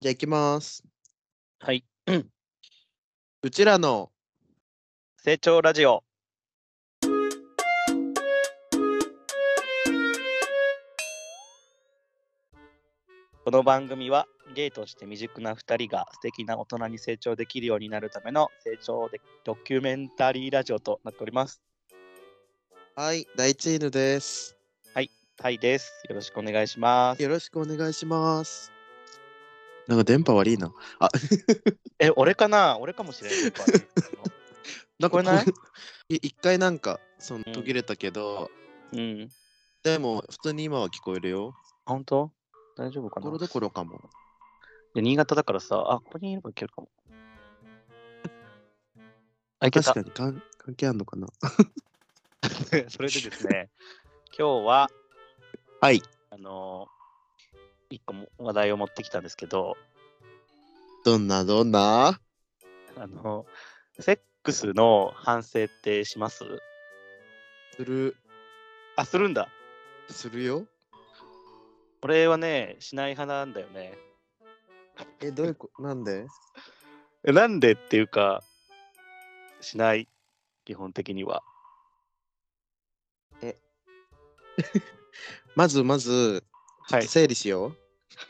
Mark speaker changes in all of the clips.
Speaker 1: じゃあ行きます。
Speaker 2: はい。
Speaker 1: うちらの
Speaker 2: 成長ラジオ。この番組はゲイとして未熟な2人が素敵な大人に成長できるようになるための成長でドキュメンタリーラジオとなっております。
Speaker 1: はい第一犬です。
Speaker 2: タイです。よろしくお願いします。
Speaker 1: よろしくお願いします。なんか電波悪いな。あ、
Speaker 2: え、俺かな俺かもしれ ない。
Speaker 1: なんか
Speaker 2: 聞こえない
Speaker 1: こう い一回なんかその
Speaker 2: うん
Speaker 1: 途切れたけど、
Speaker 2: うん。
Speaker 1: でも普通に今は聞こえるよ。
Speaker 2: 本当大丈夫
Speaker 1: と
Speaker 2: か
Speaker 1: こ
Speaker 2: な
Speaker 1: ろどころかも。
Speaker 2: で新潟だからさ、あ、ここにいればいけるかも。 あ、いけた
Speaker 1: 確か。に関関係あるのかな。
Speaker 2: それでですね、今日は、
Speaker 1: はい。
Speaker 2: あのー、一個も話題を持ってきたんですけど、
Speaker 1: どんなどんな
Speaker 2: あのー、セックスの反省ってします
Speaker 1: する
Speaker 2: あ、するんだ。
Speaker 1: するよ。
Speaker 2: 俺はね、しない派なんだよね。
Speaker 1: えどういうことなんで？
Speaker 2: えなんでっていうか、しない、基本的には。
Speaker 1: まずまず
Speaker 2: はい、
Speaker 1: 整理しよ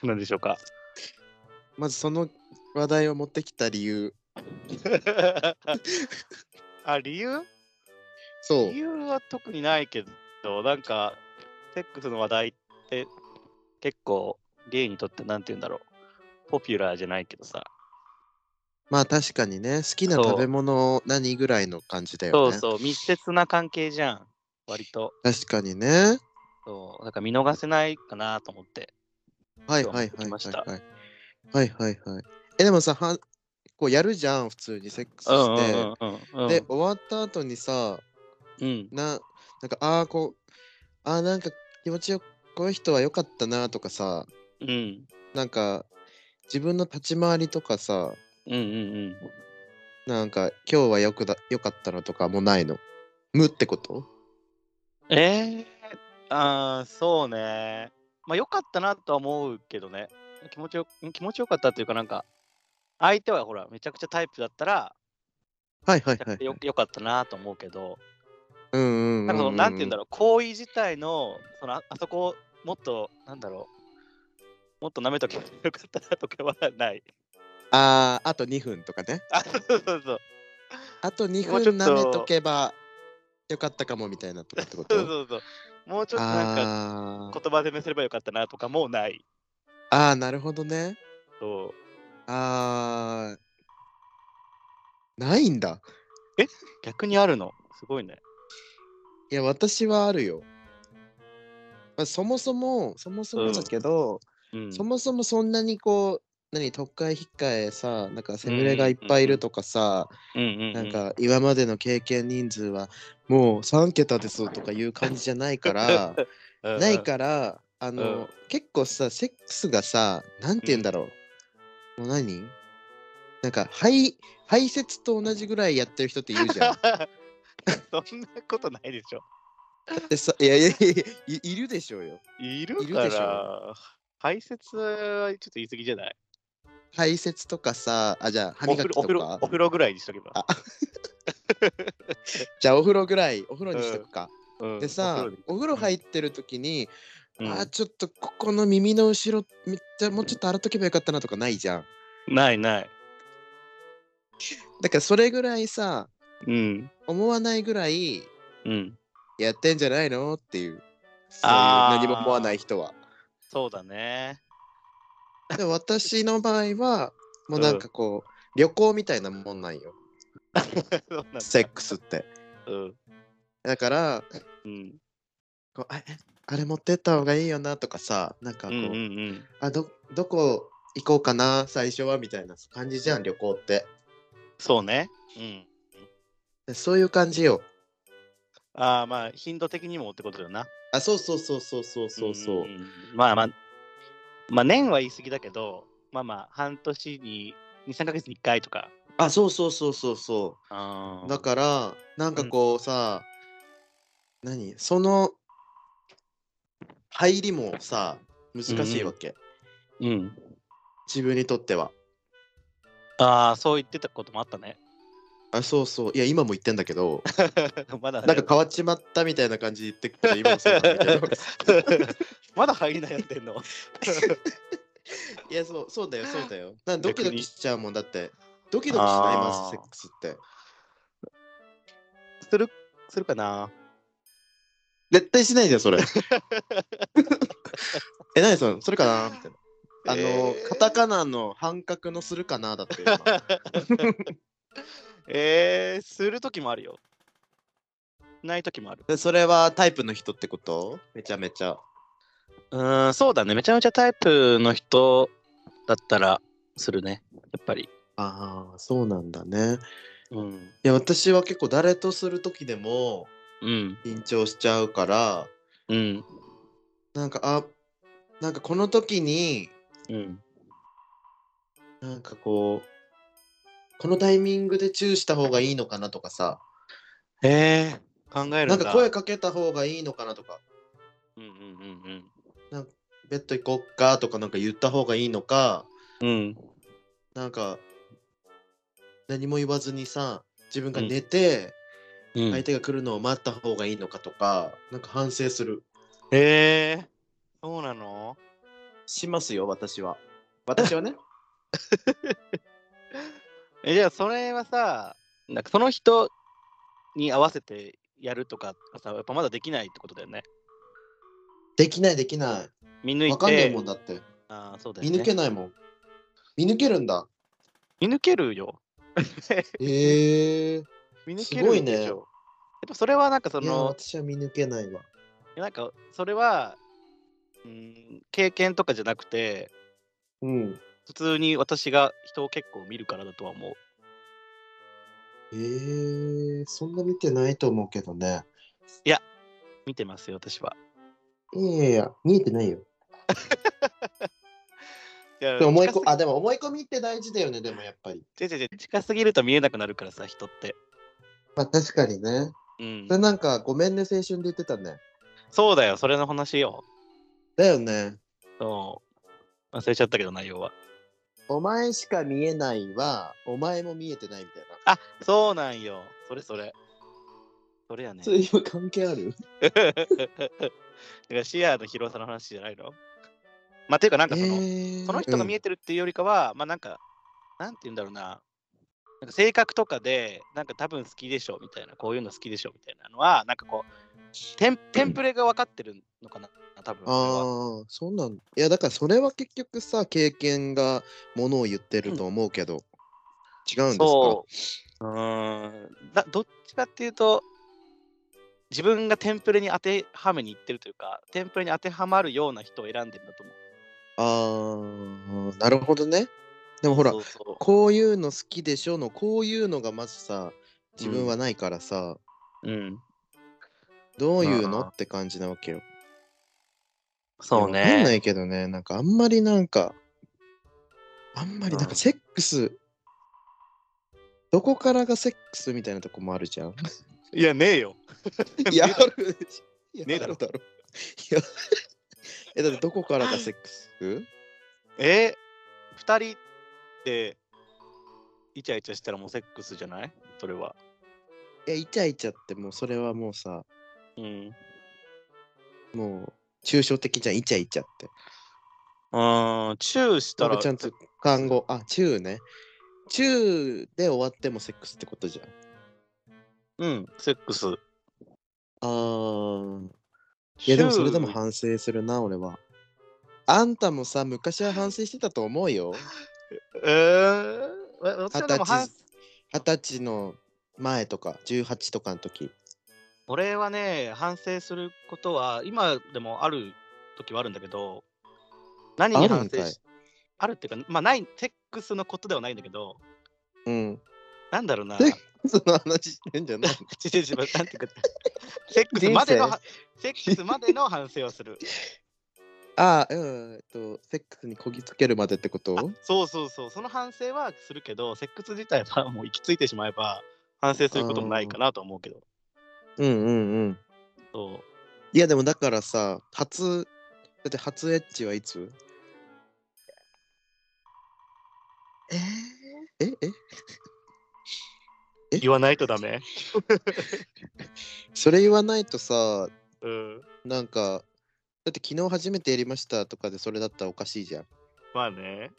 Speaker 1: う。
Speaker 2: なんでしょうか。
Speaker 1: まずその話題を持ってきた理由。
Speaker 2: あ、理由
Speaker 1: そう
Speaker 2: 理。由は特にないけど、なんか、セックスの話題って結構ゲイにとってなんて言うんだろう。ポピュラーじゃないけどさ。
Speaker 1: まあ確かにね、好きな
Speaker 2: そう
Speaker 1: 食べ物何ぐらいの感じだ
Speaker 2: そ
Speaker 1: よ
Speaker 2: う
Speaker 1: ね。
Speaker 2: そう、密接な関係じゃん。割と。
Speaker 1: 確かにね。
Speaker 2: そう。なんか見逃せないかなと思って。
Speaker 1: はいはい
Speaker 2: 今日持って
Speaker 1: はいはい、
Speaker 2: きました
Speaker 1: はい。はいはいはい。え、でもさ、はこうやるじゃん、普通にセックス
Speaker 2: うんうん
Speaker 1: して。
Speaker 2: うんうん。
Speaker 1: で、終わった後にさ、
Speaker 2: うん。
Speaker 1: ななんか、ああ、こう、ああ、なんか気持ちよ、この人は良かったなとかさ、
Speaker 2: うん。
Speaker 1: なんか、自分の立ち回りとかさ、
Speaker 2: うんうんうん。
Speaker 1: なんか、今日はよくだ良かったのとかもないの。無ってこと
Speaker 2: えー、あーそうね。まあ、よかったなとは思うけどね。気持ちよ気持ちよかったというか、なんか、相手はほら、めちゃくちゃタイプだったら、
Speaker 1: はいはい
Speaker 2: めちゃ
Speaker 1: は
Speaker 2: く
Speaker 1: い
Speaker 2: ちゃ。よよかったなと思うけど、
Speaker 1: うんうんうんうん
Speaker 2: なんかその、なんて言うんだろう、行為自体の、そのああそこをもっと、なんだろう、もっと舐めとけばよかったなとかはない。
Speaker 1: ああ、あと2分とかね。
Speaker 2: あ、そうそうそう。
Speaker 1: あと2
Speaker 2: もうちょ
Speaker 1: 分
Speaker 2: っと
Speaker 1: 舐めとけばよかったかもみたいなとかってこ
Speaker 2: そ
Speaker 1: と
Speaker 2: うそうそう。もうちょっとなんか、
Speaker 1: あー
Speaker 2: 言葉攻めすればよかったなとかもない。
Speaker 1: あー、なるほどね。
Speaker 2: そう
Speaker 1: あーないんだ。
Speaker 2: 逆にあるの。すごいね。
Speaker 1: いや、私はあるよ。まあ、そもそも、そもそもだけど、
Speaker 2: うん。
Speaker 1: そもそもそんなにこう、何、特会引っかえさ、なんかセミ
Speaker 2: う
Speaker 1: レ
Speaker 2: んうんうん
Speaker 1: が
Speaker 2: うん
Speaker 1: いっぱいいるとかさ、
Speaker 2: うんうんうん、
Speaker 1: なんか今までの経験人数はもう3桁ですとかいう感じじゃないから。
Speaker 2: うんうん、
Speaker 1: ないから、あの、
Speaker 2: うん
Speaker 1: 結構さ、セックスがさ、なんて言うんだろう。もう何なんか、排、排泄と同じぐらいやってる人って言うじ ゃん。
Speaker 2: そんなことないでしょ。
Speaker 1: でさ、いやいやいやいやい、いるでしょうよ。
Speaker 2: い
Speaker 1: い
Speaker 2: る
Speaker 1: る
Speaker 2: か
Speaker 1: でし
Speaker 2: ら、排泄はちょっと言い過ぎじゃない
Speaker 1: 排泄とかさ、あ、じゃあ、歯
Speaker 2: お
Speaker 1: 磨
Speaker 2: 風
Speaker 1: き
Speaker 2: 呂
Speaker 1: と
Speaker 2: お風呂お
Speaker 1: か。
Speaker 2: 風呂ぐらいにしとけば。
Speaker 1: あじゃあ、お風呂ぐらい、お風呂にしとくか。
Speaker 2: うん
Speaker 1: でさ、お風呂入ってる時に、
Speaker 2: うん
Speaker 1: あー、ちょっとここの耳の後ろ、めっちゃもうちょっと洗っとけばよかったなとかないじゃん。
Speaker 2: ないない。
Speaker 1: だから、それぐらいさ、
Speaker 2: うん。
Speaker 1: 思わないぐらい、
Speaker 2: うん。
Speaker 1: やってんじゃないのっていう。そういう
Speaker 2: あー
Speaker 1: 何も思わない人は。
Speaker 2: そうだね。
Speaker 1: で私の場合は、もうなんかこう、旅行みたいなもんなんよ。
Speaker 2: そうなんだ
Speaker 1: セックスって。
Speaker 2: うん。
Speaker 1: だから、
Speaker 2: うん。
Speaker 1: こうあえあれ持ってった方がいいよなとかさ、なんか
Speaker 2: う
Speaker 1: こう、
Speaker 2: んうん
Speaker 1: あどどこ行こうかな、最初はみたいな感じじゃん、旅行って。
Speaker 2: そうね。うん。
Speaker 1: でそういう感じよ。
Speaker 2: ああ、まあ、頻度的にもってことだよな。
Speaker 1: あ、そうそうそうそうそうそうそう。
Speaker 2: んんんまあまあ、まあ、年は言い過ぎだけど、まあまあ、半年に、2、3ヶ月に1回とか。
Speaker 1: あ、そうそうそうそうそう。
Speaker 2: あ
Speaker 1: だからなんかこうさ、何その入りもさ難しいわけ、
Speaker 2: ら、うん。
Speaker 1: 自分にとっては。
Speaker 2: ああ、そう言ってたこともあったね。
Speaker 1: あそうそういや今も言ってんだけど
Speaker 2: まだ、
Speaker 1: なんか変わっちまったみたいな感じで言ってくけど今もそうなんだけど
Speaker 2: まだ入り悩んで んの。
Speaker 1: いやそうそうだよそうだよなんドキドキしちゃうもんだってドキドキしない
Speaker 2: あー
Speaker 1: マスセックスって
Speaker 2: する、するかな
Speaker 1: 絶対しないじゃ んそれえ何それそれかなみたいなあの、
Speaker 2: えー
Speaker 1: カタカナの半角のするかなだって今
Speaker 2: えー、するときもあるよ。ないときもある。
Speaker 1: でそれはタイプの人ってことめちゃめちゃ
Speaker 2: うーん、そうだね。めちゃめちゃタイプの人だったらするね。やっぱり。
Speaker 1: ああそうなんだね
Speaker 2: うん。
Speaker 1: いや私は結構誰とする時でも
Speaker 2: うん。
Speaker 1: 緊張しちゃうから
Speaker 2: うん。
Speaker 1: なんかあなんかこの時に
Speaker 2: うん。
Speaker 1: なんかこうこのタイミングでチューした方がいいのかなとかさ
Speaker 2: えー、考える
Speaker 1: なん
Speaker 2: だ
Speaker 1: か声かけた方がいいのかなとか
Speaker 2: うんうんうん
Speaker 1: ベッド行こっかとかなんか言った方がいいのか
Speaker 2: うん。うん。
Speaker 1: なんか何も言わずにさ自分が寝て
Speaker 2: うん
Speaker 1: 相手が来るのを待った方がいいのかとか、なんか反省する
Speaker 2: えー、そうなの
Speaker 1: しますよ私は私はね
Speaker 2: えじゃあそれはさなんかその人に合わせてやるとかさやっぱまだできないってことだよね
Speaker 1: できないできな
Speaker 2: 見
Speaker 1: い
Speaker 2: 抜いて
Speaker 1: わかんないもんだって
Speaker 2: あーそうだよ
Speaker 1: 見
Speaker 2: ね、
Speaker 1: 抜けないもん見抜けるん だ
Speaker 2: 見抜けるよ
Speaker 1: へえー、
Speaker 2: 見抜け
Speaker 1: すご
Speaker 2: る
Speaker 1: い
Speaker 2: ん
Speaker 1: ね
Speaker 2: でしょ、やっぱそれはなんかそ
Speaker 1: いや
Speaker 2: の
Speaker 1: 私は見抜けないわ
Speaker 2: なんかそれはうん経験とかじゃなくて
Speaker 1: うん
Speaker 2: 普通に私が人を結構見るからだとは思う
Speaker 1: えー、そんな見てないと思うけどね。
Speaker 2: 見てますよ私はい
Speaker 1: やいやいや、見えてないよ。
Speaker 2: いや
Speaker 1: でも思い
Speaker 2: 近
Speaker 1: こ
Speaker 2: す
Speaker 1: あ、でも思い込みって大事だよね、でもやっぱり。
Speaker 2: 違う違う違う近すぎると見えなくなるからさ人って
Speaker 1: まあ確かにね。
Speaker 2: うん
Speaker 1: それなんか、ごめんね、青春で言ってたね。
Speaker 2: そうだよそれの話よ
Speaker 1: だよね。
Speaker 2: そう忘れちゃったけど内容は
Speaker 1: お前しか見えないは、お前も見えてないみたいな。
Speaker 2: あそうなんよ。それそれ。それやね。
Speaker 1: そういう関係あ る
Speaker 2: だから視野の広さの話じゃないのまあ、ていうか、なんかその、その人が見
Speaker 1: え
Speaker 2: えてるっていうよりかは、まあなんか、なんて言うんだろうな。なんか性格とかで、なんか多分好きでしょみたいな、こういうの好きでしょみたいなのは、なんかこう、テンテンプレが分かってるのかな、多分
Speaker 1: ああー、そうなんだ。いや、だからそれは結局さ、経験がものを言ってると思うけど、違うんですか
Speaker 2: そう。うーんだ。どっちかっていうと、自分がテンプレに当てはめにいってるというか、テンプレに当てはまるような人を選んでるんだと思う。
Speaker 1: あー、なるほどね。でもほら
Speaker 2: そ、うそう
Speaker 1: こういうの好きでしょのこういうのがまずさ自分はないからさ、
Speaker 2: うん。
Speaker 1: どういうの
Speaker 2: あー
Speaker 1: って感じなわけよ。
Speaker 2: そう
Speaker 1: わかんな
Speaker 2: ね。
Speaker 1: いけどねなんかあんまりなんかあんまりなん
Speaker 2: う
Speaker 1: か
Speaker 2: ん
Speaker 1: セックス、どこからがセックスみたいなとこもあるじゃん。
Speaker 2: いや、ねえよ。
Speaker 1: いやあるでしょいや
Speaker 2: ねえだろ
Speaker 1: あるだろ。いやえだってどこからがセックス
Speaker 2: えー、2人でイチャイチャしたらもうセックスじゃないそれは。
Speaker 1: いやイチャイチャってもうそれはもうさ
Speaker 2: うん。
Speaker 1: もう抽象的じゃんイチャイチャって。
Speaker 2: うん、チューし
Speaker 1: な
Speaker 2: た
Speaker 1: ん
Speaker 2: ら。
Speaker 1: かちゃんと単語、あ、チューね。チューで終わってもセックスってことじゃん。
Speaker 2: うん、セックス。
Speaker 1: あー。いや、でもそれでも
Speaker 2: チュー
Speaker 1: 反省するな、俺は。あんたもさ、昔は反省してたと思うよ。
Speaker 2: えー、わ私はでも反
Speaker 1: 二十二十歳の前とか、18とかの時。
Speaker 2: 俺はね、反省することは、今でもある時はあるんだけど、何に
Speaker 1: ある
Speaker 2: 反
Speaker 1: んか
Speaker 2: 省
Speaker 1: い
Speaker 2: しあるっていうか、まあ、ない、セックスのことではないんだけど、
Speaker 1: うん。
Speaker 2: なんだろうな。
Speaker 1: セッその話してんじゃない
Speaker 2: ちょちょちょなんていうか、セックスまでのは、セックスまでの反省をする。
Speaker 1: あー、うん。えっと、セックスにこぎつけるまでってこと
Speaker 2: あそうそうそう、その反省はするけど、セックス自体はもう行き着いてしまえば、反省することもないかなと思うけど。
Speaker 1: うんうんうん。
Speaker 2: そう
Speaker 1: いや、でもだからさ、初、だって初エッチはいつえええ
Speaker 2: 言わないとダメ。
Speaker 1: それ言わないとさ、
Speaker 2: うん。
Speaker 1: なんか、だって昨日初めてやりましたとかでそれだったらおかしいじゃん。
Speaker 2: まあね。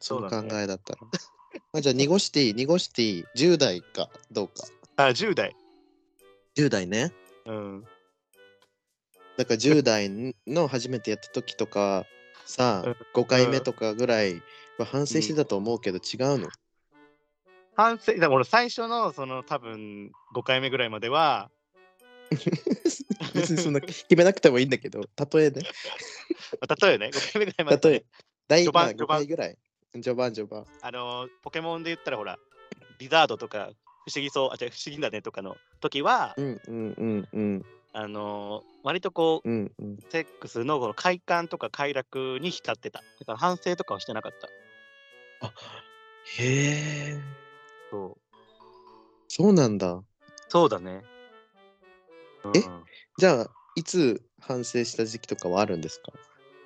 Speaker 1: その
Speaker 2: そうだ
Speaker 1: 考
Speaker 2: ね
Speaker 1: えだったら。 あじゃあ濁していい、濁していい。10代かどうか。
Speaker 2: あ、10代。
Speaker 1: 10代ね。
Speaker 2: うん。
Speaker 1: だから10代の初めてやった時とか、さ
Speaker 2: うん
Speaker 1: あ、5回目とかぐらいは反省してたと思うけど違うの。
Speaker 2: 反省、だから俺最初のその多分5回目ぐらいまでは、
Speaker 1: 別にそんな決めなくてもいいんだけど、例えね。
Speaker 2: まあ 例えね、5回目ぐらいまで、
Speaker 1: 例え、第
Speaker 2: 序
Speaker 1: まあ
Speaker 2: 盤
Speaker 1: 5回ぐらい。序盤、序盤。
Speaker 2: あの、ポケモンで言ったらほら、リザードとか、不思議そう、あ、違う、不思議だねとかの時は、
Speaker 1: うんうんうんうん
Speaker 2: あの、割とこう、
Speaker 1: うんうん。
Speaker 2: セックスのこの快感とか快楽に浸ってた。だから反省とかはしてなかった。
Speaker 1: へえ、
Speaker 2: そう。
Speaker 1: そうなんだ。
Speaker 2: そうだね。
Speaker 1: え
Speaker 2: うん
Speaker 1: じゃあ、いつ反省した時期とかはあるんですか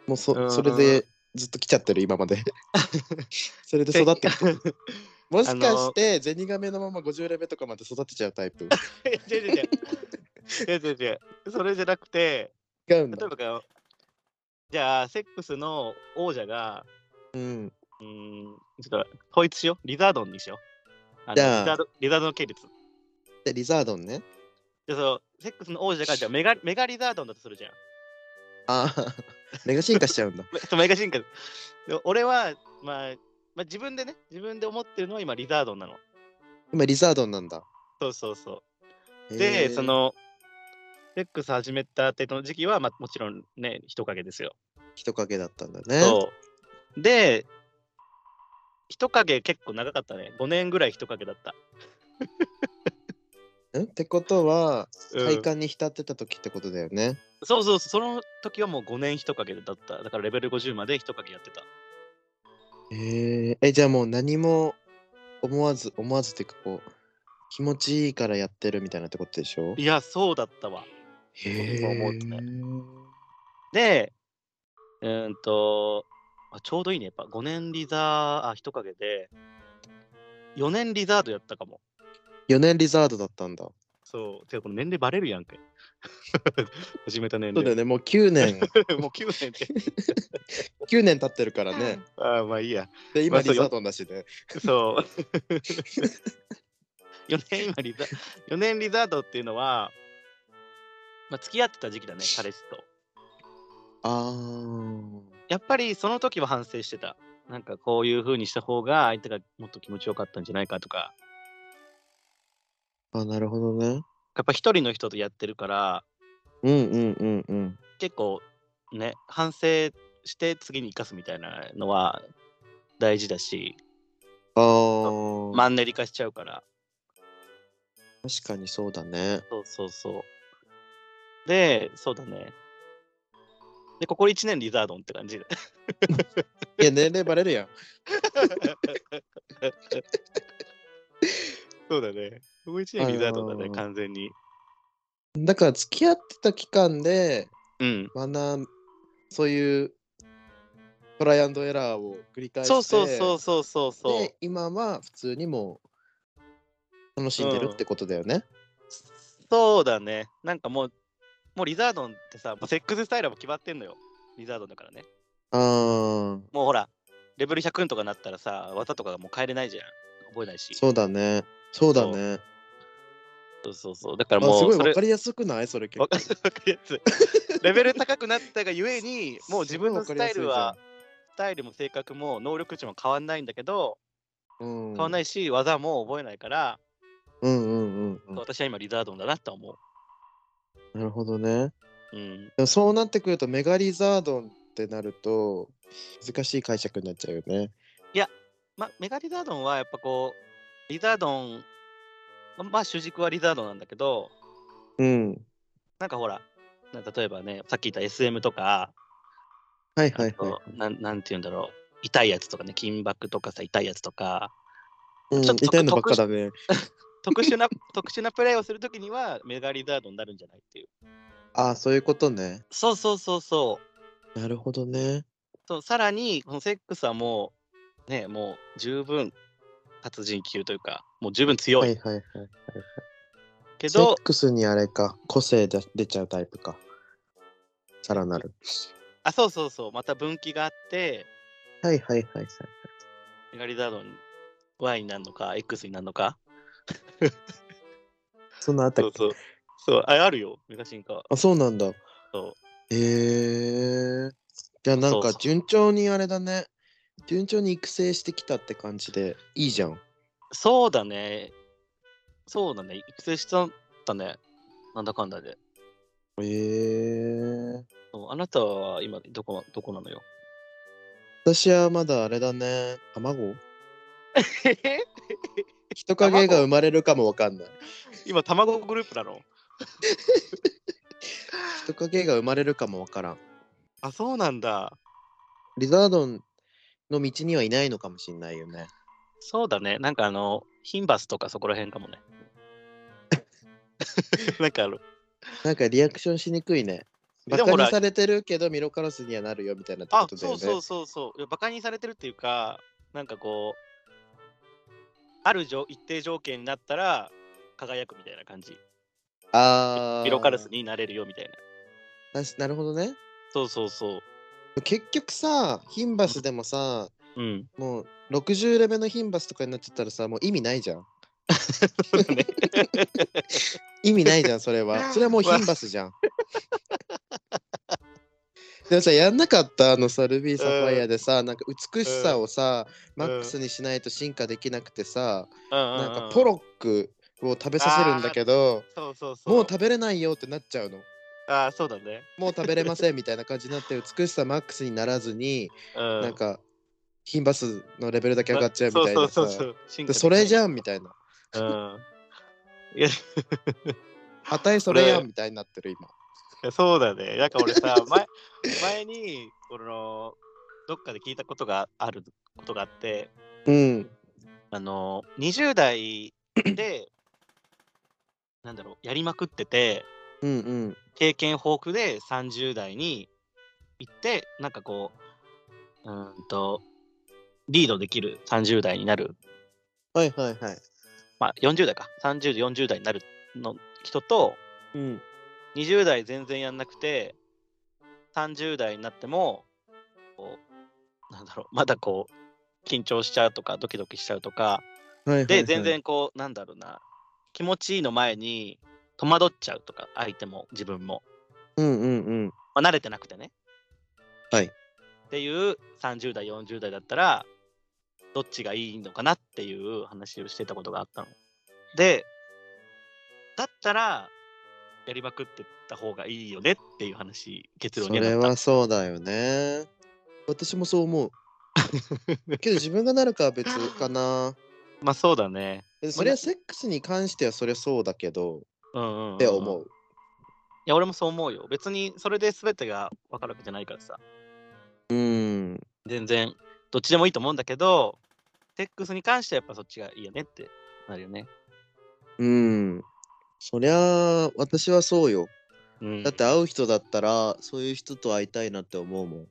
Speaker 1: もう
Speaker 2: うー
Speaker 1: そ
Speaker 2: ん
Speaker 1: それでずっと来ちゃってる、今まで。 それで育ってき てる。もしかして、ゼニガメのまま50レベルとかまで育てちゃうタイプ。
Speaker 2: 違う違う違う。違う違う違う。それじゃなくて、
Speaker 1: 違うん
Speaker 2: 例
Speaker 1: だ
Speaker 2: え。ばよ、じゃあ、セックスの王者が、
Speaker 1: うん。
Speaker 2: うーん、ちょっと統一しよう。リザードンにしよう。あの
Speaker 1: じゃあ
Speaker 2: リザードリザードン系列。
Speaker 1: で、リザードンね。
Speaker 2: で、そのセックスの王者が、じゃあメガ、メガリザードンだとするじゃん。
Speaker 1: あ あ、メガ進化しちゃうんだ。
Speaker 2: めそうメガ進化。で俺は、まあ、まあ、自分でね、自分で思ってるのは今、リザードンなの。
Speaker 1: 今、リザードンなんだ。
Speaker 2: そうそうそう。
Speaker 1: へ
Speaker 2: で、
Speaker 1: え
Speaker 2: そ、の、セックス始めたっての時期は、まあ、もちろんね、人影ですよ。
Speaker 1: 人影だったんだね。
Speaker 2: そう。で、人影結構長かったね。5年ぐらい人影だった。
Speaker 1: んってことは、
Speaker 2: うん
Speaker 1: 快感に浸ってた時ってことだよね。
Speaker 2: そうそうそう、その時はもう5年人影だった。だからレベル50まで人影やってた。
Speaker 1: へええ、じゃあもう何も思わず、思わずっていうかこう、気持ちいいからやってるみたいなってことでしょ
Speaker 2: いや、そうだったわ。
Speaker 1: へ
Speaker 2: 今思うとで、うーんと、あちょうどいいね。やっぱ5年リザー、あ、人影で、4年リザードやったかも。
Speaker 1: 4年リザードだったんだ。
Speaker 2: そう。てか、この年齢バレるやんけ。 始めた年
Speaker 1: そうだよ
Speaker 2: 齢。
Speaker 1: ね、もう9年、
Speaker 2: もう9年 って。
Speaker 1: 9年経ってるからね。
Speaker 2: ああ、まあいいや。
Speaker 1: で、
Speaker 2: ま
Speaker 1: 今
Speaker 2: あそう
Speaker 1: リザードンだしね。
Speaker 2: そう。4年今リザ、4年リザードっていうのは、まあ、付き合ってた時期だね、彼氏と。
Speaker 1: あー。
Speaker 2: やっぱりその時は反省してた。なんかこういう風にした方が相手がもっと気持ちよかったんじゃないかとか。
Speaker 1: あ、なるほどね。
Speaker 2: やっぱ一人の人とやってるから、
Speaker 1: うんうんうんうん。
Speaker 2: 結構ね、反省して次に生かすみたいなのは大事だし、
Speaker 1: あー。
Speaker 2: マンネリ化しちゃうから。
Speaker 1: 確かにそうだね。
Speaker 2: そうそうそう。で、そうだね。で、ここ1年リザードンって感じで。
Speaker 1: いや、年齢バレるやん。
Speaker 2: そうだね。ここ1年リザードンだ
Speaker 1: あ
Speaker 2: ね、
Speaker 1: のー
Speaker 2: 完全に。
Speaker 1: だから付き合ってた期間で
Speaker 2: うん。
Speaker 1: 学んそういうトライアンドエラーを繰り返して
Speaker 2: そうそうそうそうそうそう
Speaker 1: で。今は普通にもう楽しんでるってことだよね、
Speaker 2: そうだね。なんかもう、もうリザードンってさ、もうセックススタイルはもう決まってんのよ。リザードンだからね。
Speaker 1: ああ
Speaker 2: もうほら、レベル100とかなったらさ、技とかがもう変えれないじゃん。覚えないし。
Speaker 1: そうだねそうだね
Speaker 2: そうそうそう。だから
Speaker 1: あ
Speaker 2: もう、
Speaker 1: すごい
Speaker 2: それ
Speaker 1: 分かりやすくないそれ結
Speaker 2: わ
Speaker 1: 構
Speaker 2: かるやつ。 レベル高くなったがゆえに、もう自分のスタイルは、スタイルも性格も能力値も変わんないんだけど、
Speaker 1: 変
Speaker 2: 変わんないいし、技も覚えないから、
Speaker 1: うんうんうんうん
Speaker 2: 私は今リザードンだなと思
Speaker 1: なるほどね
Speaker 2: う。うん。
Speaker 1: でもそうなってくるとメガリザードンってなると難しい解釈になっちゃうよね
Speaker 2: まあ、メガリザードンはやっぱこう、リザードン、ままあ主軸はリザードンなんだけど、
Speaker 1: うん
Speaker 2: なんかほら、な例えばね、さっき言った SM とか、
Speaker 1: はいはい
Speaker 2: あ
Speaker 1: は
Speaker 2: となんなんて言うんだろう、痛いやつとかね、金箔とかさ、痛いやつとか、
Speaker 1: い、うん、
Speaker 2: ちょっと
Speaker 1: 痛いのばっかだね
Speaker 2: 特 殊な、特殊なプレイをするときには、メガリザードンになるんじゃないっていう。
Speaker 1: ああそういうことね
Speaker 2: そうそうそうそう。
Speaker 1: なるほどね
Speaker 2: そうさらに、このセックスはもう、ね、もう十分達人級というか、もう十分強
Speaker 1: はいいはいはい。
Speaker 2: け
Speaker 1: セ
Speaker 2: ど、
Speaker 1: ックスにあれか、個性で出ちゃうタイプか。さらなる。
Speaker 2: あ、そうそうそう、また分岐があって、
Speaker 1: はいはいはいはい。
Speaker 2: メガリザードン Y になるのか、X になるのか。
Speaker 1: そんなあったっ
Speaker 2: そ
Speaker 1: け
Speaker 2: うそう。そう、ああるよ、メガ進化。
Speaker 1: あ、そうなんだ。
Speaker 2: そう
Speaker 1: へえー。じゃあなん
Speaker 2: そう
Speaker 1: か
Speaker 2: そう
Speaker 1: 順調にあれだね。順調に育成してきたって感じでいいじゃん。
Speaker 2: そうだね。そうだね。育成したんだね。なんだかんだで。
Speaker 1: へえー。
Speaker 2: そうあなたは今どこどこ なのよ。
Speaker 1: 私はまだあれだね。卵
Speaker 2: へへ
Speaker 1: 人影が生まれるかもわかんない。
Speaker 2: 今、卵グループなの
Speaker 1: 人影が生まれるかもわからん。
Speaker 2: あ、そうなんだ。
Speaker 1: リザードンの道にはいないのかもしんないよね。
Speaker 2: そうだね。なんかあの、ヒンバスとかそこら辺か もね。なんかあの、
Speaker 1: なんかリアクションしにくいね。
Speaker 2: で
Speaker 1: バ
Speaker 2: も
Speaker 1: カ
Speaker 2: ほら
Speaker 1: にされてるけどミロカラスにはなるよみたいなって
Speaker 2: あ
Speaker 1: こ、とだよ
Speaker 2: そ
Speaker 1: ね。
Speaker 2: うそうそうそう。いやバカにされてるっていうか、なんかこう、ある条一定条件になったら輝くみたいな感じ。
Speaker 1: ああ。
Speaker 2: ミロカルスになれるよみたいな。
Speaker 1: なし。なるほどね。
Speaker 2: そうそうそう。
Speaker 1: 結局さ、ヒンバスでもさ、
Speaker 2: うん。
Speaker 1: もう60レベルのヒンバスとかになっちゃったらさ、もう意味ないじゃん。
Speaker 2: そうだね。
Speaker 1: 意味ないじゃん、それ は。それはもうヒンバスじゃん。でもさ、やんなかったあのさ、ルビーサファイアでさ、なんか美しさをさ、
Speaker 2: うん
Speaker 1: マックスにしないと進化できなくてさ、
Speaker 2: な
Speaker 1: なんかポロックを食べさせるんだけど、
Speaker 2: そうそうそう。
Speaker 1: もう食べれないよってなっちゃうの。
Speaker 2: ああ、そうだね。
Speaker 1: もう食べれませんみたいな感じになって、美しさマックスにならずに、
Speaker 2: うん。
Speaker 1: なんか、ヒンバスのレベルだけ上がっちゃうみたい
Speaker 2: そう
Speaker 1: な
Speaker 2: そうそ
Speaker 1: さ。
Speaker 2: うそう。
Speaker 1: でそれじ
Speaker 2: ゃ
Speaker 1: ゃんみたいな。
Speaker 2: うん。いや、い
Speaker 1: 値それやんみたいになってる今。
Speaker 2: やそうだね。なんか俺さ、前前に、この、どっかで聞いたことがあることがあって、
Speaker 1: うん。
Speaker 2: あの、20代で、なんだろう、やりまくってて、
Speaker 1: うんうん。
Speaker 2: 経験豊富で30代に行ってなんかこううーんとリードできる30代になる
Speaker 1: はいはいはい。
Speaker 2: まあ40代か3040代になるの人と
Speaker 1: うん。
Speaker 2: 20代全然やんなくて30代になってもこうなんだろうまだこう緊張しちゃうとかドキドキしちゃうとか
Speaker 1: はいはいはい
Speaker 2: で全。然こうなんだろうな気持ちいいの前に戸惑っちゃうとか相手も自分も、
Speaker 1: うんうんうん。
Speaker 2: まあ、慣れてなくてね
Speaker 1: はい。
Speaker 2: っていう30代40代だったらどっちがいいのかなっていう話をしてたことがあったの。でだったらやりまくってった方がいいよねっていう話結
Speaker 1: そ
Speaker 2: 論にな
Speaker 1: れ
Speaker 2: った。
Speaker 1: はそうだよね。私もそう 思う。けど自分がなるかは別か な。
Speaker 2: まあそうだね。
Speaker 1: でそれはセックスに関してはそれはそうだけど、
Speaker 2: うんうんうんうん
Speaker 1: って思。
Speaker 2: いうや俺もそう思うよ。別にそれで全てが分かるわけじゃないからさ。
Speaker 1: うん。
Speaker 2: 全然どっちでもいいと思うんだけどセックスに関してはやっぱそっちがいいよねってなるよね。
Speaker 1: うん。そりゃあ、私はそうよ。
Speaker 2: うん、
Speaker 1: だって会う人だったら、そういう人と会いたいなって思うもん。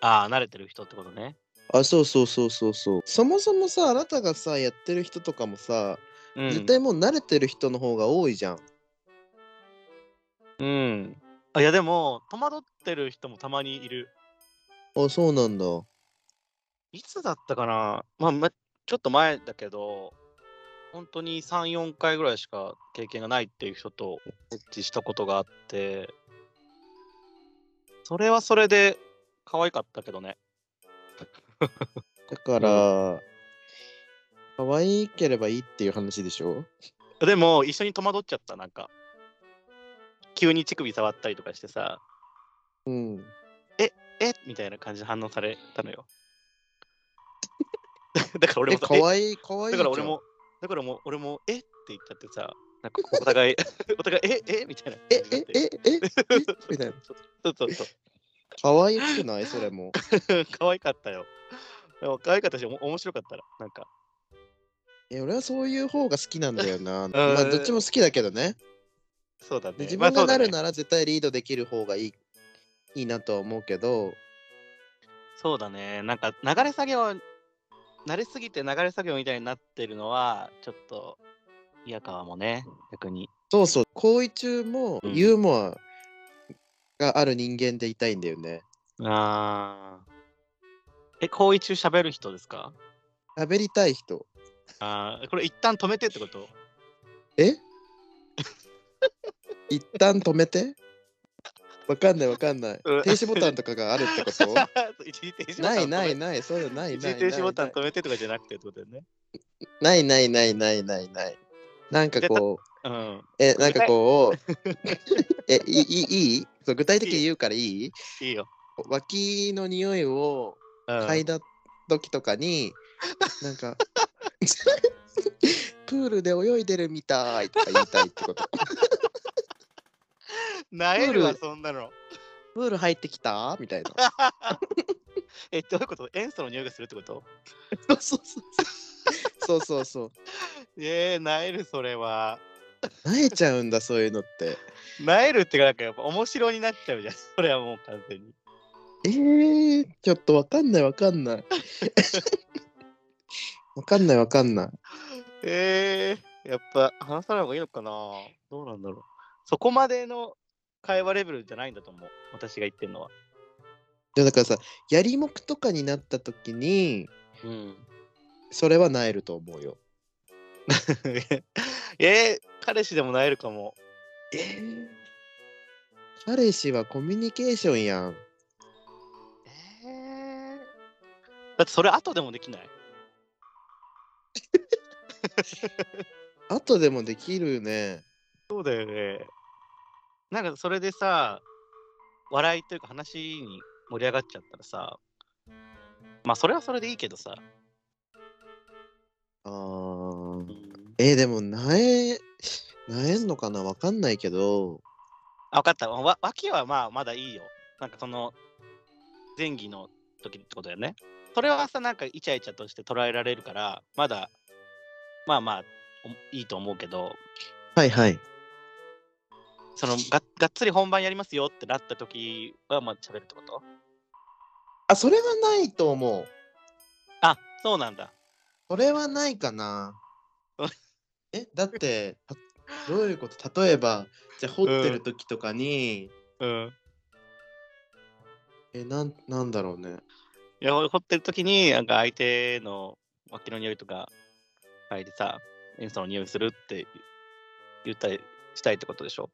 Speaker 2: ああ慣れてる人ってことね。
Speaker 1: あ、そうそうそうそうそう。そもそもさ、あなたがさ、やってる人とかもさ、
Speaker 2: うん、
Speaker 1: 絶対もう慣れてる人の方が多いじゃん。
Speaker 2: うん。あいやでも戸惑ってる人もたまにいる。
Speaker 1: あ、そうなんだ。
Speaker 2: いつだったかな、まあ、まちょっと前だけど、本当に3、4回ぐらいしか経験がないっていう人とエッチしたことがあって、それはそれで可愛かったけどね。
Speaker 1: だから、可愛ければいいっていう話でしょ
Speaker 2: でも一緒に戸惑っちゃった、なんか。急に乳首触ったりとかしてさ、
Speaker 1: うん。
Speaker 2: えみたいな感じで反応されたのよ。 だから俺
Speaker 1: え、
Speaker 2: もさ
Speaker 1: 可愛い、可愛いじゃ
Speaker 2: だ
Speaker 1: ん。
Speaker 2: から俺も、だからもう俺も、えって言ったってさ、なんかこうお互い、 お互い、ええみたいな。
Speaker 1: え、え、え、え、え、みたいな。
Speaker 2: そうそうそ
Speaker 1: 可愛くないそれも。
Speaker 2: う。 可愛かったよ。でも可愛かったし、おも面白かったら、なんか。
Speaker 1: え、俺はそういう方が好きなんだよな。ま
Speaker 2: う
Speaker 1: あ、
Speaker 2: ん
Speaker 1: どっちも好きだけどね。
Speaker 2: そうだね。
Speaker 1: で自分がなる
Speaker 2: ま
Speaker 1: な
Speaker 2: あ
Speaker 1: ら絶対リードできる方がいい。いいなとは思うけど、
Speaker 2: そうだね。そうだね。なんか流れ作業慣れすぎて流れ作業みたいになってるのは、ちょっと嫌かもね、逆に。
Speaker 1: そうそう、行為中も
Speaker 2: うん
Speaker 1: ユーモアがある人間でいたいんだよね。
Speaker 2: ああ。え、行為中喋る人ですか
Speaker 1: 喋りたい人。
Speaker 2: ああ、これ一旦止めてってこと
Speaker 1: え一旦止めてわかんないわかんない
Speaker 2: うん。
Speaker 1: 停止ボタンとかがあるってこ と
Speaker 2: 一時停止ボタン
Speaker 1: な
Speaker 2: を止
Speaker 1: い
Speaker 2: め
Speaker 1: ないない、そういうのない
Speaker 2: 一
Speaker 1: ない
Speaker 2: 時
Speaker 1: ない。
Speaker 2: 停止ボタン止めてとかじゃなくてってことだよね。
Speaker 1: ないないないないないない。なんかこう、
Speaker 2: うん。
Speaker 1: え、なんかこう、 え、いいいいそう具体的に言うからいい
Speaker 2: いいよ。
Speaker 1: 脇の匂いを
Speaker 2: うん
Speaker 1: 嗅いだ時とかに、なんか、 プールで泳いでるみたいとか言いたいってこと。
Speaker 2: なえるわ、
Speaker 1: プール
Speaker 2: そんなの。
Speaker 1: プール入ってきたみたいな。
Speaker 2: え、どういうこと塩素の匂いがするってこと
Speaker 1: そうそうそう。そうそう
Speaker 2: ええなえる、それは。
Speaker 1: そう。なえちゃうんだ、そういうのって。
Speaker 2: なえるってか、なんかやっぱ面白になっちゃうじゃん。 それはもう完全に。
Speaker 1: えー、ちょっとわかんないわかん ない。わかんないわかんない。
Speaker 2: ええやっぱ話さない方がいいのかなどうなんだろう。そこまでの会話レベルじゃないんだと思う。私が言ってるのは。
Speaker 1: でだからさやりもくとかになった時に
Speaker 2: うん。
Speaker 1: それはなえると思うよ。
Speaker 2: えー、彼氏でもなえるかも。
Speaker 1: え彼氏はコミュニケーションやん。
Speaker 2: えー、だってそれ後でもできない
Speaker 1: 後でもできるよね。
Speaker 2: そうだよね。なんかそれでさ、笑いというか話に盛り上がっちゃったらさ、まあそれはそれでいいけどさ。
Speaker 1: あーえーでもなえなえんのかなわかんないけど
Speaker 2: あ、分かった。わ脇はまあまだいいよ。なんかその前儀の時ってことだよね。それはさ、なんかイチャイチャとして捉えられるから、まだ、まあまあ、おいいと思うけど、
Speaker 1: はいはい。
Speaker 2: そ のががっつり本番やりますよってなった時は、まあ喋るってこと
Speaker 1: あそれはないと思う。
Speaker 2: あ、そうなんだ。
Speaker 1: それはないかな
Speaker 2: うん。
Speaker 1: えだってたどういうこと例えばじゃあ掘ってる時とかに、
Speaker 2: うん。
Speaker 1: えなんなんだろうね。
Speaker 2: いや、掘ってる時に、なんか相手の脇の匂いとか、嗅いでさ、塩素の匂いするって言ったりしたいってことでしょ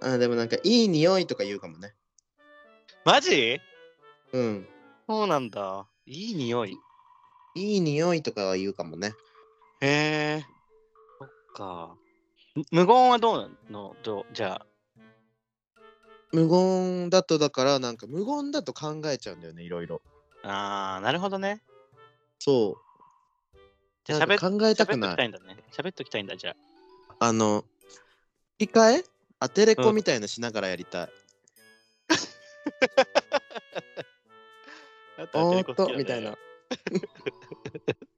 Speaker 1: あでもなんかいい匂いとか言うかもね。
Speaker 2: マジ
Speaker 1: うん。
Speaker 2: そうなんだ。いい匂い。
Speaker 1: いい匂いとかは言うかもね。
Speaker 2: へえ。そっか。む無言はどうなのどうじゃあ。
Speaker 1: 無言だとだからなんか無言だと考えちゃうんだよねいろいろ。
Speaker 2: あー、なるほどね。
Speaker 1: そ
Speaker 2: じ
Speaker 1: う。
Speaker 2: ゃあ
Speaker 1: なん
Speaker 2: 喋っ
Speaker 1: か考えた
Speaker 2: 喋
Speaker 1: く
Speaker 2: っと
Speaker 1: な
Speaker 2: き
Speaker 1: い。
Speaker 2: たいんだね。喋っときたいんだ、じゃあ。
Speaker 1: あの吹き替えアテレ
Speaker 2: う
Speaker 1: コ
Speaker 2: ん
Speaker 1: みたいのしながらやりたい。
Speaker 2: あと
Speaker 1: おー
Speaker 2: はテレコ
Speaker 1: っと、
Speaker 2: 好きだね
Speaker 1: みたいな。。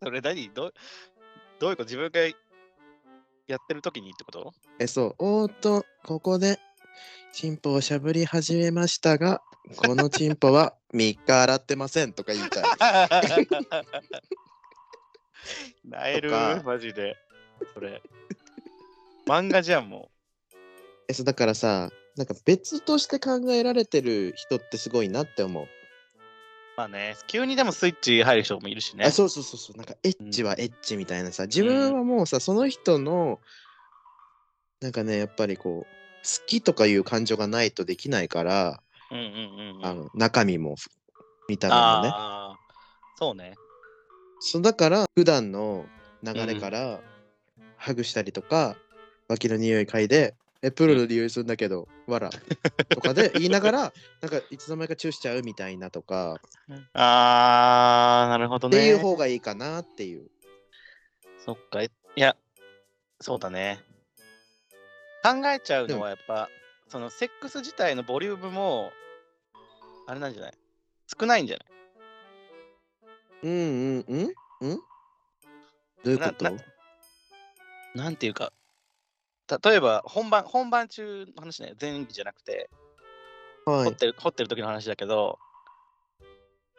Speaker 2: それ何どうどういうこと自分がやってる時にってこと
Speaker 1: えそう。おーっとここでチンポをしゃぶり始めましたがこのチンポ は3日洗ってませんとか言いたい。
Speaker 2: なえる
Speaker 1: とか
Speaker 2: マジで。それ。漫画じゃん、も
Speaker 1: えそうだからさなんか別として考えられてる人ってすごいなって思う。
Speaker 2: う。まあね、急にでもスイッチ入る人もいるしね。
Speaker 1: あそうそうそうそうなんかエッチはエッチみたいなさ自分はもうさ、その人のなんかねやっぱりこう好きとかいう感情がないとできないから、
Speaker 2: うんうんうんうん。
Speaker 1: あの中身も見た目もね
Speaker 2: あーそうね。
Speaker 1: そうだから普段の流れからハグしたりとか、脇の匂い嗅いで「えプールの匂いするんだけど、わら」とか で言いながらなんかいつの間にかチューしちゃうみたいなとか、
Speaker 2: あー、なるほど
Speaker 1: っていう
Speaker 2: ね。
Speaker 1: 方がいいかなっていう
Speaker 2: そっか。えいや、そうだね。考えちゃうのはやっぱ、そのセックス自体のボリュームも、あれなんじゃない少ないんじゃない
Speaker 1: うんうんうんうんどういうこと
Speaker 2: なななんていうか、例えば本番、本番中の話ね、前期じゃなくて、
Speaker 1: は
Speaker 2: 掘っ
Speaker 1: い
Speaker 2: てる、掘ってる時の話だけど、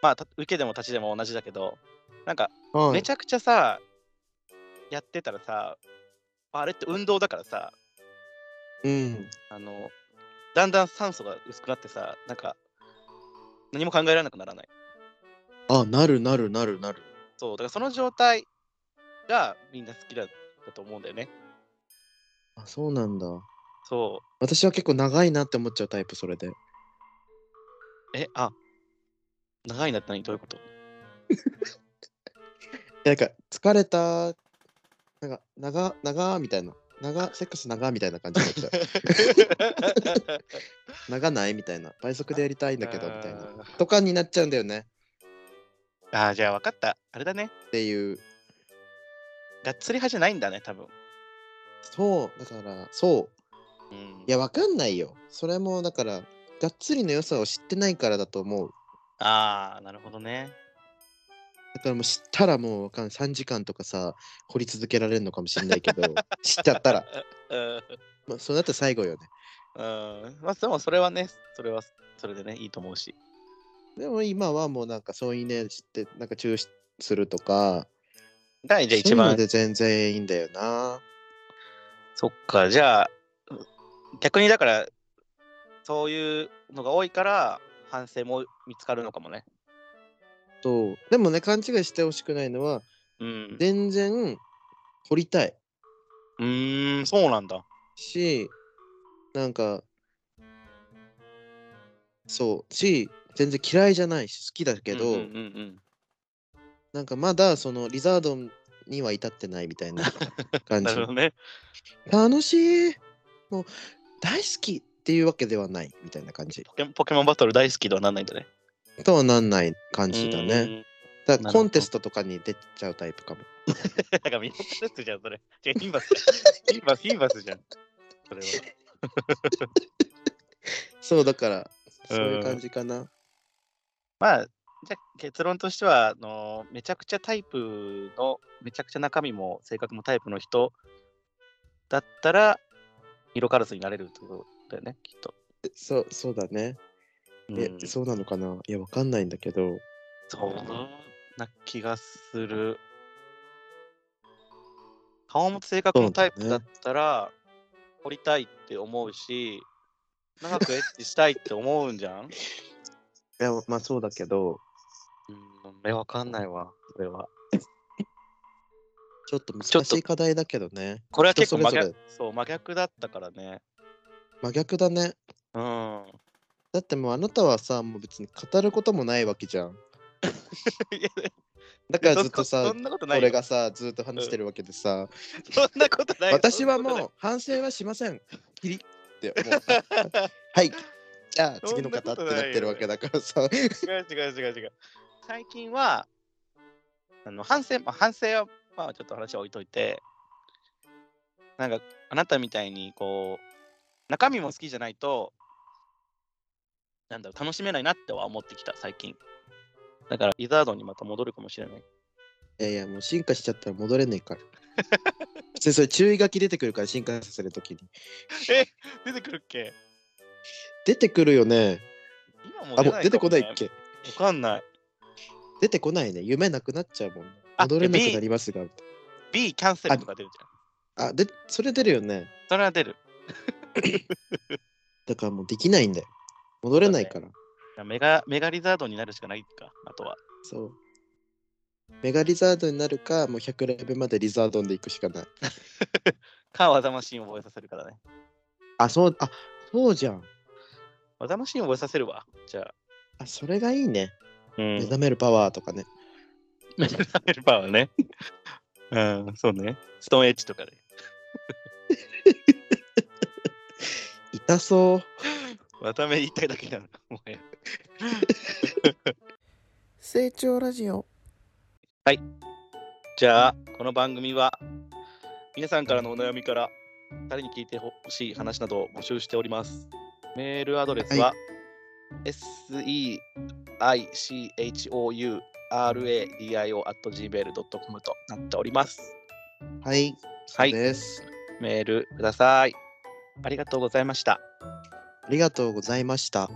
Speaker 2: まあた受けでも立ちでも同じだけどなんか
Speaker 1: は
Speaker 2: め
Speaker 1: い
Speaker 2: ちゃくちゃさ、やってたらさあれって運動だからさ
Speaker 1: うん。
Speaker 2: あのだんだん酸素が薄くなってさなんか何も考えられなくならない
Speaker 1: あ、なるなるなるなる。
Speaker 2: そうだからその状態がみんな好きだだと思うんだよね
Speaker 1: あ、そうなんだ。
Speaker 2: そ
Speaker 1: 私は結構長いなって思っちゃうタイプ、それで。
Speaker 2: うえあ長いなって何どういうこと
Speaker 1: なんか、疲れた、なんか、長、長みたいな。長、セックス長みたいな感じになっちゃう。長ないみたいな。倍速でやりたいんだけど、みたいな。とかになっちゃうんだよね。
Speaker 2: あーじゃあ分かったあれだね
Speaker 1: っていう。
Speaker 2: がっつり派じゃないんだね多分
Speaker 1: そう、だから、そう。
Speaker 2: うん
Speaker 1: いや、わかんないよ。それも、だから、がっつりの良さを知ってないからだと思う。
Speaker 2: ああなるほどね
Speaker 1: だからもう知ったらもうわかんない3時間とかさ、掘り続けられるのかもしれないけど、 知っちゃったら。
Speaker 2: うん
Speaker 1: まあ、そうなったら最後よね。
Speaker 2: うんまあでもそれはねそれはそれでねいいと思うし
Speaker 1: でも今はもうなんかそういうね、知って、なんか中止するとか、
Speaker 2: がじ
Speaker 1: そう
Speaker 2: ゃあ
Speaker 1: い
Speaker 2: 一
Speaker 1: うの
Speaker 2: 番
Speaker 1: で全然いいんだよな。
Speaker 2: そっか、じゃあ、逆にだから、そういうのが多いから、反省も見つかるのかもね。
Speaker 1: そう。でもね、勘違いしてほしくないのは、
Speaker 2: うん。
Speaker 1: 全然掘りたいう
Speaker 2: ーん、そうなんだ。
Speaker 1: し、なんか、そう、し、全然嫌いじゃないし、好きだけど、
Speaker 2: うんうんうん
Speaker 1: なんかまだそのリザードンには至ってないみ たいな
Speaker 2: うん、
Speaker 1: 感
Speaker 2: な
Speaker 1: じ
Speaker 2: る。ほどね。
Speaker 1: 楽しいもう大好きっていうわけではないみたいな感じ。
Speaker 2: ポケポケモンバトル大好きとはなんないんだね。
Speaker 1: とはなんない感じだね。 だからコンテストとかに出ちゃうタイプかも。
Speaker 2: うーん。なんかミノタレスじゃん、それ。違う、フィーバス。フィーバス、フィーバスじゃん。それは。
Speaker 1: そうだから、
Speaker 2: うん
Speaker 1: そういう感じかな。
Speaker 2: まあ、じゃあ結論としてはあの、めちゃくちゃタイプの、めちゃくちゃ中身も性格もタイプの人だったら、色カラスになれるってことだよね、きっと。
Speaker 1: そう、そうだね。え、
Speaker 2: うん
Speaker 1: そうなのかないや、わかんないんだけど。
Speaker 2: そうな気がする。顔も性格もタイプだったら、掘りたいって思うし、長くエッチしたいって思うんじゃん
Speaker 1: いや、まあそうだけど、
Speaker 2: うん、目わかんないわ、それは。
Speaker 1: ちょっと
Speaker 2: ちょ
Speaker 1: 難
Speaker 2: っ
Speaker 1: し
Speaker 2: と
Speaker 1: い課題だけどね。
Speaker 2: これは結構真
Speaker 1: 人それ
Speaker 2: 逆
Speaker 1: ぞれ
Speaker 2: そう真逆だったからね。
Speaker 1: 真逆だね。
Speaker 2: うん。
Speaker 1: だってもうあなたはさ、もう別に語ることもないわけじゃん。
Speaker 2: いや
Speaker 1: だからずっと
Speaker 2: そ
Speaker 1: さ
Speaker 2: そ、んなことない
Speaker 1: 俺
Speaker 2: よ。
Speaker 1: がさ、ずっと話してるわけでさ、
Speaker 2: そんなことないよ。
Speaker 1: 私は
Speaker 2: そんな
Speaker 1: もう反省はしません。キリって もうはい。じゃあ次の方ってなってるわけだからさ。
Speaker 2: ことない。違う違う違う違う。最近は、あの反省、まあ、反省は、まあちょっと話は置いといて、なんか、あなたみたいに、こう、中身も好きじゃないと、なんだろう、楽しめないなっては思ってきた、最近。だから、リザードンにまた戻るかもしれない。
Speaker 1: いやいや、もう進化しちゃったら戻れねえから。 それそれ注意書き出てくるから進化させるときに。
Speaker 2: え、出てくるっけ
Speaker 1: 出てくるよね。
Speaker 2: 今も
Speaker 1: あ、
Speaker 2: 出
Speaker 1: も
Speaker 2: な
Speaker 1: う
Speaker 2: い
Speaker 1: 出てこない
Speaker 2: かも
Speaker 1: っ
Speaker 2: ね
Speaker 1: け
Speaker 2: わかんない。
Speaker 1: 出てこないね。夢なくなっちゃうもん。
Speaker 2: あ
Speaker 1: 戻れなくなりますが。
Speaker 2: B キャンセルとか出るじゃん。
Speaker 1: あ、で、それ出るよね。
Speaker 2: それは出る。
Speaker 1: だからもうできないんだよ。戻れないから。
Speaker 2: メガメガリザードになるしかないか、あとは。
Speaker 1: そう。メガリザードになるか、もう100レベルまでリザードンで行くしかない。
Speaker 2: か、技マシンを覚えさせるからね。
Speaker 1: あ、そう、あ、そうじゃん。
Speaker 2: 技マシンを覚えさせるわ。じゃあ。
Speaker 1: あ、それがいいね。
Speaker 2: うん
Speaker 1: 目覚めるパワーとかね。
Speaker 2: 目覚めるパワーね。うん、そうね。ストーンエッジとかで。
Speaker 1: 痛そう。
Speaker 2: 技目言いたいだけなのか、もはや。
Speaker 1: 成長ラジオ。
Speaker 2: じゃあ、この番組は、皆さんからのお悩みから、誰に聞いてほしい話などを募集しております。メールアドレスは、seichouradio.gmail.com となっております。
Speaker 1: はい。
Speaker 2: はい
Speaker 1: そうです。
Speaker 2: メールください。ありがとうございました。
Speaker 1: ありがとうございました。